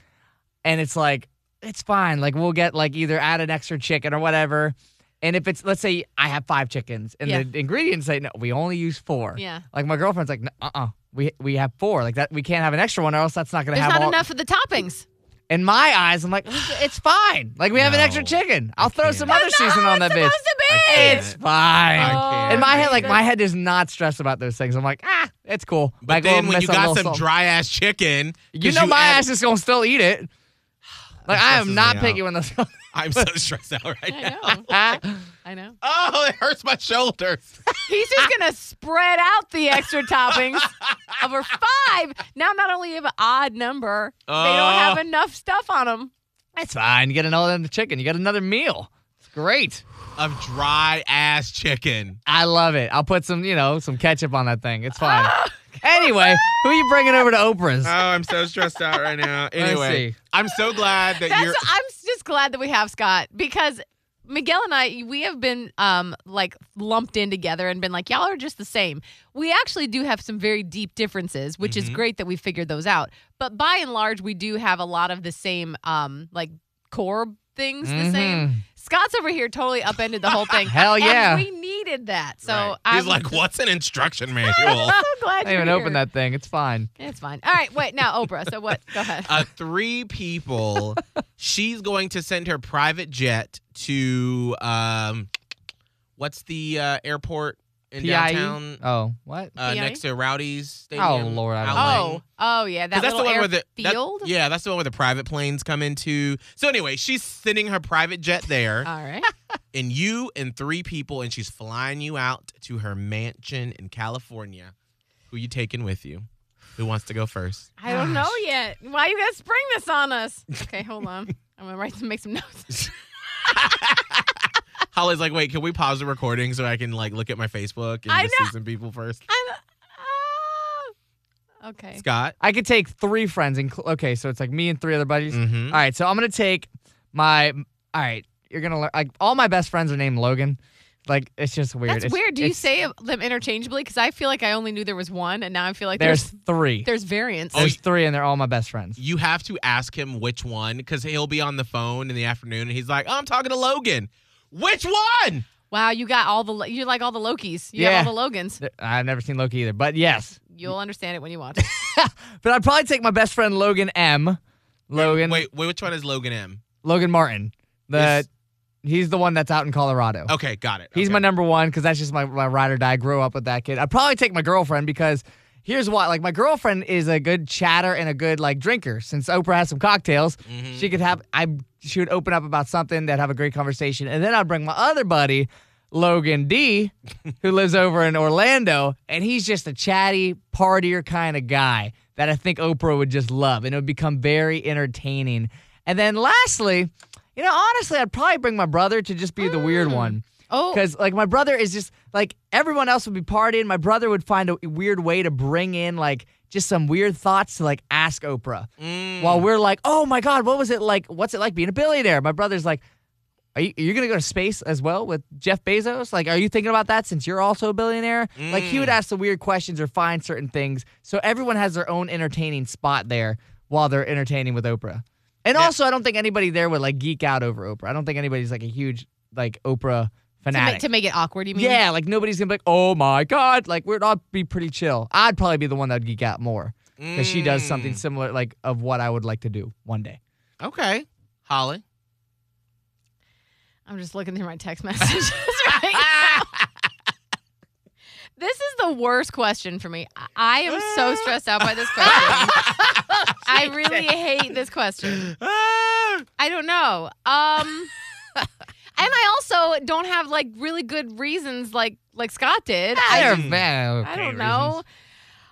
[SPEAKER 5] and it's like it's fine. Like we'll get like either add an extra chicken or whatever. And if it's let's say I have five chickens and
[SPEAKER 4] Yeah.
[SPEAKER 5] the ingredients say no, we only use four.
[SPEAKER 4] Yeah.
[SPEAKER 5] Like my girlfriend's like, uh uh we we have four. Like that we can't have an extra one or else that's not gonna
[SPEAKER 4] There's
[SPEAKER 5] have
[SPEAKER 4] not
[SPEAKER 5] all.
[SPEAKER 4] enough of the toppings.
[SPEAKER 5] In my eyes, I'm like, it's fine. Like we have an extra
[SPEAKER 3] No,
[SPEAKER 5] chicken. I'll throw
[SPEAKER 3] can't.
[SPEAKER 5] some other season on that bitch.
[SPEAKER 4] supposed to be. Oh,
[SPEAKER 3] can't.
[SPEAKER 5] It's fine.
[SPEAKER 3] I
[SPEAKER 5] In my head, like
[SPEAKER 4] goodness.
[SPEAKER 5] my head does not stress about those things. I'm like, ah, it's cool.
[SPEAKER 3] But
[SPEAKER 5] Like,
[SPEAKER 3] then when
[SPEAKER 5] we'll miss
[SPEAKER 3] you
[SPEAKER 5] a
[SPEAKER 3] got
[SPEAKER 5] little
[SPEAKER 3] some
[SPEAKER 5] salt.
[SPEAKER 3] dry ass chicken,
[SPEAKER 5] you
[SPEAKER 3] 'cause
[SPEAKER 5] know my
[SPEAKER 3] added-
[SPEAKER 5] ass is gonna still eat it. Like I
[SPEAKER 3] stresses
[SPEAKER 5] am not
[SPEAKER 3] me
[SPEAKER 5] picky
[SPEAKER 3] out.
[SPEAKER 5] when those.
[SPEAKER 3] I'm so stressed out right
[SPEAKER 4] I
[SPEAKER 3] now.
[SPEAKER 4] know.
[SPEAKER 5] Ah.
[SPEAKER 4] I know.
[SPEAKER 3] Oh, it hurts my shoulders.
[SPEAKER 4] He's
[SPEAKER 5] Ah.
[SPEAKER 4] just gonna spread out the extra toppings over five. Now, not only have an odd number, they don't
[SPEAKER 5] Uh.
[SPEAKER 3] Oh.
[SPEAKER 4] have enough stuff on them.
[SPEAKER 5] It's fine. You get another chicken. You get another meal. It's great.
[SPEAKER 3] of dry ass chicken.
[SPEAKER 5] I love it. I'll put some, you know, some ketchup on that thing. It's fine. anyway, who you bringing over to Oprah's?
[SPEAKER 3] Oh, I'm so stressed out right now. Anyway,
[SPEAKER 5] see.
[SPEAKER 3] I'm so glad that
[SPEAKER 4] That's
[SPEAKER 3] you're.
[SPEAKER 4] I'm just glad that we have Scott because Miguel and I we have been um like lumped in together and been like y'all are just the same. We actually do have some very deep differences, which is
[SPEAKER 5] Mm-hmm.
[SPEAKER 3] Mhm.
[SPEAKER 4] great that we figured those out. But by and large, we do have a lot of the same um like core things the same.
[SPEAKER 5] Mhm.
[SPEAKER 4] Scott's over here totally upended the whole thing.
[SPEAKER 5] Hell
[SPEAKER 4] And
[SPEAKER 5] yeah.
[SPEAKER 4] we needed that. So um,
[SPEAKER 3] Right. He's
[SPEAKER 4] I'm
[SPEAKER 3] like, what's an instruction
[SPEAKER 4] I'm
[SPEAKER 3] manual?
[SPEAKER 4] so glad
[SPEAKER 5] I
[SPEAKER 4] you're
[SPEAKER 5] even
[SPEAKER 4] here.
[SPEAKER 5] open that thing. It's fine.
[SPEAKER 4] It's fine. All right, wait now, Oprah. So what? Go ahead.
[SPEAKER 3] uh, three people. She's going to send her private jet to um, what's the uh, airport in
[SPEAKER 5] PIE?
[SPEAKER 3] downtown
[SPEAKER 5] Oh, what?
[SPEAKER 3] uh,
[SPEAKER 4] PIE?
[SPEAKER 3] next to Rowdy's
[SPEAKER 5] Oh,
[SPEAKER 3] Stadium?
[SPEAKER 5] Lord, I don't
[SPEAKER 3] Outlying.
[SPEAKER 4] E? oh, oh yeah, that
[SPEAKER 3] Because
[SPEAKER 4] little air
[SPEAKER 3] that-
[SPEAKER 4] field.
[SPEAKER 3] yeah, that's the one where the private planes come into. So anyway, she's sending her private jet there,
[SPEAKER 4] All right.
[SPEAKER 3] and you and three people, and she's flying you out to her mansion in California. Who you taking with you? Who wants to go first?
[SPEAKER 4] I don't know yet. Why you guys spring this on us? Okay, hold on. I'm gonna write some, make some notes.
[SPEAKER 3] Holly's like, wait, can we pause the recording so I can like look at my Facebook and
[SPEAKER 4] I
[SPEAKER 3] just
[SPEAKER 4] know.
[SPEAKER 3] see some people first?
[SPEAKER 4] I'm, ah. okay.
[SPEAKER 3] Scott,
[SPEAKER 5] I could take three friends. And okay, so it's like me and three other buddies.
[SPEAKER 3] mm-hmm.
[SPEAKER 5] All right, so I'm gonna take my. All right, you're gonna learn. Like all my best friends are named Logan. Like it's just weird.
[SPEAKER 4] That's
[SPEAKER 5] It's-
[SPEAKER 4] weird. Do you
[SPEAKER 5] it's-
[SPEAKER 4] say them interchangeably? Because I feel like I only knew there was one, and now I feel like
[SPEAKER 5] there's
[SPEAKER 4] there's
[SPEAKER 5] three?
[SPEAKER 4] there's variants.
[SPEAKER 3] Oh,
[SPEAKER 5] There's three, and they're all my best friends.
[SPEAKER 3] you have to ask him which one because he'll be on the phone in the afternoon and he's like, oh, I'm talking to Logan. Which one?
[SPEAKER 4] wow, you got all the lo- you're like all the Lokis. You have
[SPEAKER 5] Yeah.
[SPEAKER 4] all the Logans.
[SPEAKER 5] Th- I've never seen Loki either, but yes.
[SPEAKER 4] You'll understand it when you watch. it.
[SPEAKER 5] But I'd probably take my best friend Logan M. Logan.
[SPEAKER 3] Wait, wait, which one is Logan M?
[SPEAKER 5] Logan Martin. The
[SPEAKER 3] Yes.
[SPEAKER 5] he's the one that's out in Colorado.
[SPEAKER 3] Okay, got it.
[SPEAKER 5] He's
[SPEAKER 3] Okay.
[SPEAKER 5] my number one because that's just my, my ride or die. I grew up with that kid. I'd probably take my girlfriend because here's why. Like my girlfriend is a good chatter and a good like drinker. Since Oprah has some cocktails,
[SPEAKER 3] Mhm.
[SPEAKER 5] she could have I she would open up about something that have a great conversation. And then I'd bring my other buddy, Logan D, who lives over in Orlando, and he's just a chatty, partier kind of guy that I think Oprah would just love. And it would become very entertaining. And then lastly, you know, honestly, I'd probably bring my brother to just be the weird one.
[SPEAKER 4] Oh,
[SPEAKER 5] Because like my brother is just like everyone else would be partying. My brother would find a weird way to bring in like just some weird thoughts to like ask Oprah.
[SPEAKER 3] Mm.
[SPEAKER 5] While we're like, oh my god, what was it like? What's it like being a billionaire? My brother's like, are you, are you gonna go to space as well with Jeff Bezos? Like, are you thinking about that since you're also a billionaire? Like he would ask the weird questions or find certain things. So everyone has their own entertaining spot there while they're entertaining with Oprah. And also, I don't think anybody there would like geek out over Oprah. I don't think anybody's like a huge like Oprah
[SPEAKER 4] to
[SPEAKER 5] fanatic.
[SPEAKER 4] make, to make it awkward, you mean?
[SPEAKER 5] Yeah, like nobody's gonna be like, oh my god, like we'd all be pretty chill. I'd probably be the one that'd geek out more because she does something
[SPEAKER 3] Mm.
[SPEAKER 5] similar, like of what I would like to do one day.
[SPEAKER 3] Okay, Holly.
[SPEAKER 4] I'm just looking through my text messages right now. This is the worst question for me. I- I am so stressed out by this question. I really hate this question.
[SPEAKER 3] Ah!
[SPEAKER 4] I don't know. Um and I also don't have like really good reasons like like Scott did. I,
[SPEAKER 5] They're
[SPEAKER 3] just-
[SPEAKER 5] very
[SPEAKER 4] I
[SPEAKER 5] okay
[SPEAKER 4] don't know.
[SPEAKER 5] reasons.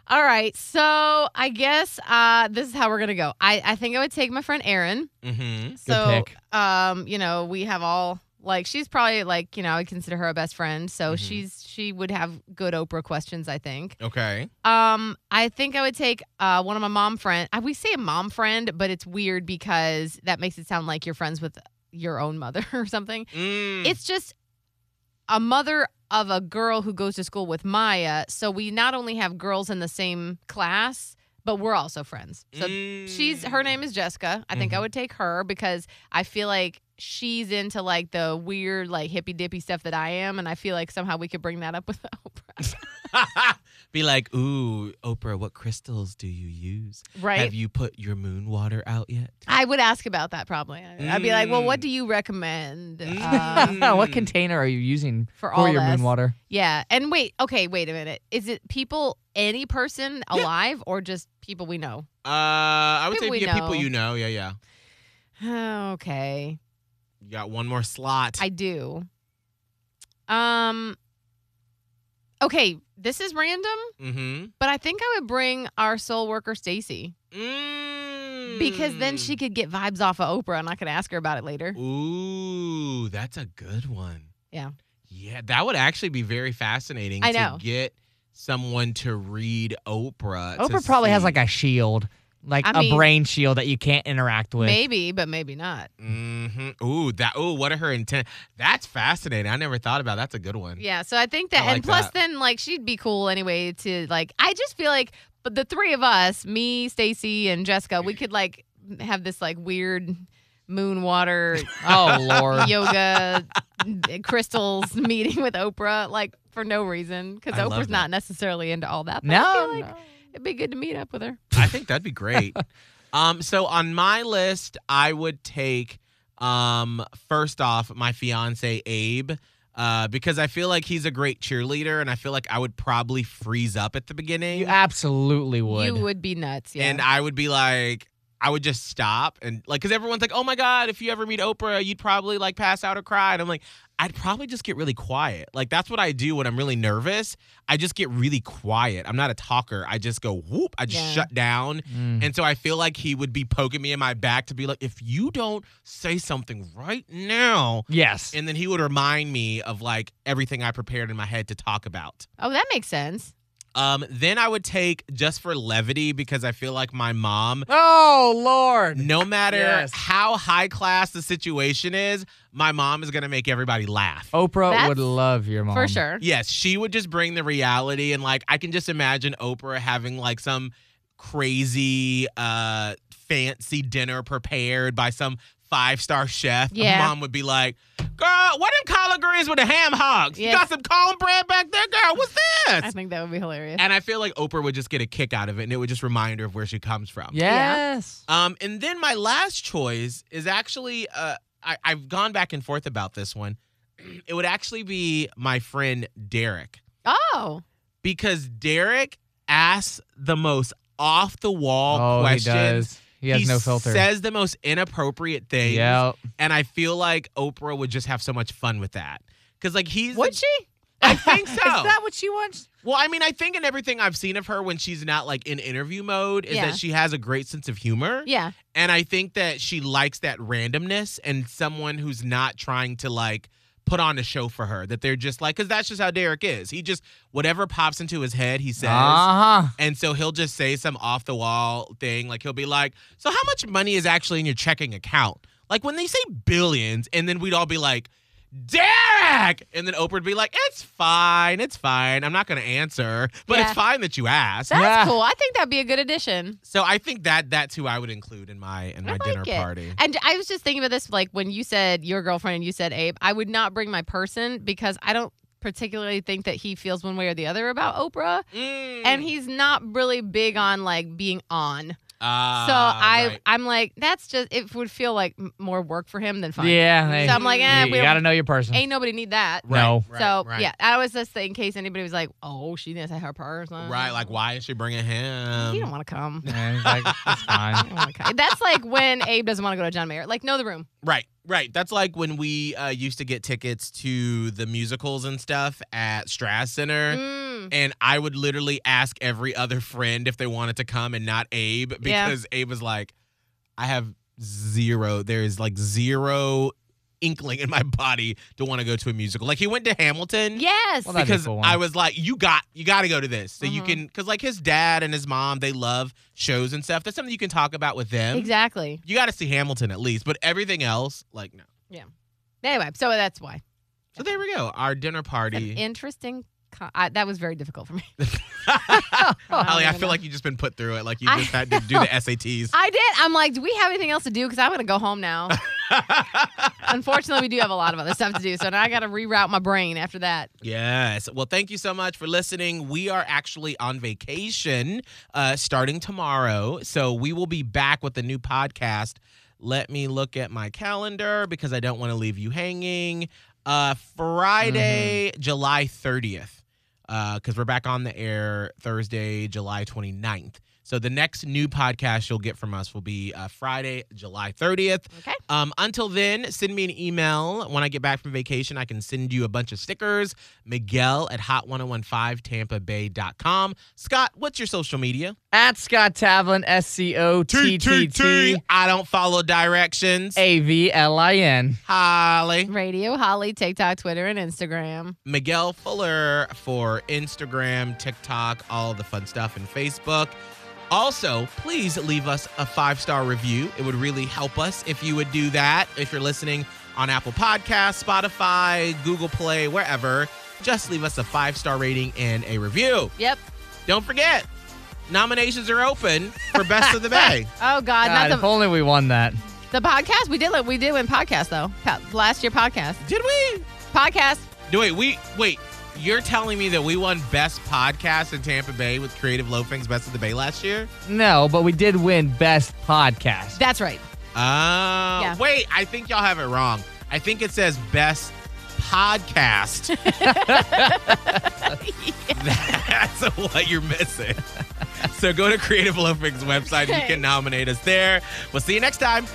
[SPEAKER 4] All right. So, I guess uh this is how we're going to go. I I think I would take my friend Erin.
[SPEAKER 3] Mhm.
[SPEAKER 4] So,
[SPEAKER 5] pick.
[SPEAKER 4] um, you know, we have all like she's probably like you know I would consider her a best friend, so
[SPEAKER 3] Mhm.
[SPEAKER 4] she's she would have good Oprah questions, I think.
[SPEAKER 3] Okay.
[SPEAKER 4] Um, I think I would take uh one of my mom friend. I, we say a mom friend, but it's weird because that makes it sound like you're friends with your own mother or something.
[SPEAKER 3] Mm.
[SPEAKER 4] It's just a mother of a girl who goes to school with Maya, so we not only have girls in the same class, but we're also friends. So
[SPEAKER 3] Mm.
[SPEAKER 4] she's her name is Jessica. I think I
[SPEAKER 3] Mhm.
[SPEAKER 4] would take her because I feel like she's into like the weird, like hippy dippy stuff that I am, and I feel like somehow we could bring that up with Oprah.
[SPEAKER 3] Be like, ooh, Oprah, what crystals do you use?
[SPEAKER 4] Right?
[SPEAKER 3] Have you put your moon water out yet?
[SPEAKER 4] I would ask about that probably. I'd be like, well, what
[SPEAKER 3] Mm.
[SPEAKER 4] do you recommend?
[SPEAKER 3] Mm.
[SPEAKER 4] Um,
[SPEAKER 5] what
[SPEAKER 3] Mm.
[SPEAKER 5] container are you using
[SPEAKER 4] For
[SPEAKER 5] for,
[SPEAKER 4] all
[SPEAKER 5] your
[SPEAKER 4] this.
[SPEAKER 5] moon water?
[SPEAKER 4] yeah. And wait, okay, wait a minute. Is it people, any person
[SPEAKER 3] Yeah.
[SPEAKER 4] alive, or just people we know?
[SPEAKER 3] Uh, I would
[SPEAKER 4] People we
[SPEAKER 3] say yeah, people
[SPEAKER 4] know.
[SPEAKER 3] you know. Yeah, yeah.
[SPEAKER 4] Okay.
[SPEAKER 3] You got one more slot.
[SPEAKER 4] I do. Um Okay, this is random,
[SPEAKER 3] mm-hmm.
[SPEAKER 4] but I think I would bring our soul worker Stacy
[SPEAKER 3] Mm.
[SPEAKER 4] because then she could get vibes off of Oprah and I could ask her about it later.
[SPEAKER 3] Ooh, that's a good one.
[SPEAKER 4] Yeah.
[SPEAKER 3] Yeah, that would actually be very fascinating
[SPEAKER 4] I know.
[SPEAKER 3] to get someone to read Oprah. to
[SPEAKER 5] Oprah probably has
[SPEAKER 3] see-
[SPEAKER 5] like a shield, like
[SPEAKER 4] I
[SPEAKER 5] a
[SPEAKER 4] mean-
[SPEAKER 5] brain shield that you can't interact with.
[SPEAKER 4] Maybe, but maybe not.
[SPEAKER 3] Mhm. Ooh, that. Ooh, what are her intent? That's fascinating. I never thought about. That's a good one.
[SPEAKER 4] Yeah, so I think that
[SPEAKER 3] I
[SPEAKER 4] and
[SPEAKER 3] like
[SPEAKER 4] plus
[SPEAKER 3] that.
[SPEAKER 4] then like she'd be cool anyway to like I just feel like but the three of us, me, Stacy and Jessica, we could like have this like weird moon water
[SPEAKER 5] Oh lord.
[SPEAKER 4] yoga crystals meeting with Oprah, like for no reason, because
[SPEAKER 3] I love
[SPEAKER 4] Oprah's
[SPEAKER 3] that.
[SPEAKER 4] not necessarily into all that. But I
[SPEAKER 5] no,
[SPEAKER 4] feel like
[SPEAKER 5] no.
[SPEAKER 4] it'd be good to meet up with her.
[SPEAKER 3] I think that'd be great. um, so on my list, I would take um first off my fiance Abe. Uh, because I feel like he's a great cheerleader, and I feel like I would probably freeze up at the beginning.
[SPEAKER 5] You absolutely would.
[SPEAKER 4] You would be nuts, yeah.
[SPEAKER 3] And I would be like, I would just stop and like, because everyone's like, oh my God, if you ever meet Oprah, you'd probably like pass out or cry. And I'm like, I'd probably just get really quiet. Like, that's what I do when I'm really nervous. I just get really quiet. I'm not a talker. I just go whoop, I just
[SPEAKER 4] Yeah.
[SPEAKER 3] shut down.
[SPEAKER 5] Mm.
[SPEAKER 3] And so I feel like he would be poking me in my back to be like, if you don't say something right now,
[SPEAKER 5] yes.
[SPEAKER 3] and then he would remind me of like everything I prepared in my head to talk about.
[SPEAKER 4] oh, that makes sense.
[SPEAKER 3] Um, then I would take just for levity because I feel like my mom,
[SPEAKER 5] oh lord.
[SPEAKER 3] no matter
[SPEAKER 5] Yes.
[SPEAKER 3] how high class the situation is, my mom is gonna make everybody laugh.
[SPEAKER 5] Oprah
[SPEAKER 4] That's-
[SPEAKER 5] would love your mom
[SPEAKER 4] For sure.
[SPEAKER 3] Um, Yes, she would just bring the reality and like I can just imagine Oprah having like some crazy uh fancy dinner prepared by some five star chef.
[SPEAKER 4] Yeah.
[SPEAKER 3] Mom would be like, Girl, what them collard greens with the ham hocks? You
[SPEAKER 4] Yes.
[SPEAKER 3] got some cornbread back there, girl. What's this?
[SPEAKER 4] I think that would be hilarious.
[SPEAKER 3] And I feel like Oprah would just get a kick out of it and it would just remind her of where she comes from.
[SPEAKER 5] Yes.
[SPEAKER 3] Um, and then my last choice is actually uh, I, I've gone back and forth about this one. It would actually be my friend Derek
[SPEAKER 4] oh,
[SPEAKER 3] because Derek asks the most off the wall
[SPEAKER 5] Oh,
[SPEAKER 3] questions.
[SPEAKER 5] he does. He has no filter.
[SPEAKER 3] Says the most inappropriate things.
[SPEAKER 5] yeah.
[SPEAKER 3] And I feel like Oprah would just have so much fun with that. Cause like he's
[SPEAKER 4] would she?
[SPEAKER 3] I think so.
[SPEAKER 5] Is that what she wants?
[SPEAKER 3] Well, I mean, I think in everything I've seen of her when she's not like in interview mode is
[SPEAKER 4] Yeah.
[SPEAKER 3] that she has a great sense of humor.
[SPEAKER 4] Yeah.
[SPEAKER 3] And I think that she likes that randomness and someone who's not trying to like put on a show for her, that they're just like, because that's just how Derek is. He just, whatever pops into his head, he says.
[SPEAKER 5] Uh huh.
[SPEAKER 3] And so he'll just say some off the wall thing. Like he'll be like, So how much money is actually in your checking account? Like when they say billions, and then we'd all be like, Derek! And then Oprah would be like, It's fine. It's fine. I'm not going to answer, but
[SPEAKER 4] Yeah.
[SPEAKER 3] it's fine that you asked.
[SPEAKER 4] That's
[SPEAKER 5] Yeah.
[SPEAKER 4] cool. I think that'd be a good addition.
[SPEAKER 3] so I think that that's who I would include in my in my
[SPEAKER 4] I
[SPEAKER 3] dinner
[SPEAKER 4] like it.
[SPEAKER 3] party.
[SPEAKER 4] And I was just thinking about this, like when you said your girlfriend and you said Abe, I would not bring my person because I don't particularly think that he feels one way or the other about Oprah.
[SPEAKER 3] Mm.
[SPEAKER 4] and he's not really big on like being on.
[SPEAKER 3] Ah,
[SPEAKER 4] so I
[SPEAKER 3] right.
[SPEAKER 4] I'm like that's just it would feel like m- more work for him than fun.
[SPEAKER 5] Yeah. hey,
[SPEAKER 4] So I'm like, eh,
[SPEAKER 5] you,
[SPEAKER 4] we
[SPEAKER 5] you gotta know your person.
[SPEAKER 4] ain't nobody need that.
[SPEAKER 5] Right, No.
[SPEAKER 3] right,
[SPEAKER 4] so
[SPEAKER 3] right.
[SPEAKER 4] yeah, I was just in case anybody was like, oh, she didn't say her person.
[SPEAKER 3] Right, like um, why is she bringing him?
[SPEAKER 4] he don't want to come.
[SPEAKER 5] And he's like, it's fine.
[SPEAKER 4] He don't wanna come. That's like when Abe doesn't want to go to John Mayer. Like, know the room.
[SPEAKER 3] Right, right. That's like when we uh, used to get tickets to the musicals and stuff at Strass Center.
[SPEAKER 4] Mm.
[SPEAKER 3] And I would literally ask every other friend if they wanted to come and not Abe
[SPEAKER 4] Yeah.
[SPEAKER 3] because Abe was like, I have zero, there is like zero inkling in my body to want to go to a musical. Like he went to Hamilton.
[SPEAKER 4] Yes.
[SPEAKER 5] Well, that'd be a
[SPEAKER 3] Because
[SPEAKER 5] cool one.
[SPEAKER 3] I was like, you got, you got to go to this. So you
[SPEAKER 4] Mhm.
[SPEAKER 3] can, because like his dad and his mom, they love shows and stuff. That's something you can talk about with them.
[SPEAKER 4] exactly.
[SPEAKER 3] You got to see Hamilton at least, but everything else, like, no.
[SPEAKER 4] Anyway, so that's why.
[SPEAKER 3] So there we go. Our dinner
[SPEAKER 4] An
[SPEAKER 3] party.
[SPEAKER 4] interesting. Con- I, that was very difficult for me. Oh, don't
[SPEAKER 3] Holly, I
[SPEAKER 4] even
[SPEAKER 3] feel
[SPEAKER 4] know.
[SPEAKER 3] like you've just been put through it. Like you
[SPEAKER 4] I
[SPEAKER 3] just had to do the SATs.
[SPEAKER 4] I did. I'm like, do we have anything else to do? Because I'm gonna go home now. Unfortunately, we do have a lot of other stuff to do, so now I got to reroute my brain after that.
[SPEAKER 3] Yes. Well, thank you so much for listening. We are actually on vacation uh, starting tomorrow. So we will be back with a new podcast. Let me look at my calendar because I don't want to leave you hanging. Uh, Friday, July 30th, because we're back on the air Thursday, July 29th. So the next new podcast you'll get from us will be uh, Friday, July 30th.
[SPEAKER 4] Okay.
[SPEAKER 3] Um, until then, send me an email. When I get back from vacation, I can send you a bunch of stickers. Miguel at hot1015tampabay.com. Scott, what's your social media?
[SPEAKER 5] At Scott Tavlin, S C O T T T
[SPEAKER 3] I don't follow directions.
[SPEAKER 5] A V L I N.
[SPEAKER 3] Holly.
[SPEAKER 4] Radio Holly, TikTok, Twitter, and Instagram.
[SPEAKER 3] Miguel Fuller for Instagram, TikTok, all the fun stuff, and Facebook. Also, please leave us a five star review. It would really help us if you would do that. If you're listening on Apple Podcasts, Spotify, Google Play, wherever, just leave us a five star rating and a review.
[SPEAKER 4] Yep.
[SPEAKER 3] Don't forget, nominations are open for Best of the Bay.
[SPEAKER 4] Oh God,
[SPEAKER 5] God,
[SPEAKER 4] not
[SPEAKER 5] if
[SPEAKER 4] the
[SPEAKER 5] only we won that.
[SPEAKER 4] the podcast. We did li- we did win podcast though. Pa- last year podcast
[SPEAKER 3] Did we?
[SPEAKER 4] podcast.
[SPEAKER 3] No, wait, we wait. You're telling me that we won Best Podcast in Tampa Bay with Creative Loafing's Best of the Bay last year?
[SPEAKER 5] No, but we did win best podcast.
[SPEAKER 4] That's right.
[SPEAKER 3] Oh,
[SPEAKER 4] Yeah.
[SPEAKER 3] wait. I think y'all have it wrong. I think it says best podcast. That's what you're missing. So go to Creative Olympics website. You
[SPEAKER 4] Okay.
[SPEAKER 3] can nominate us there. We'll see you next time.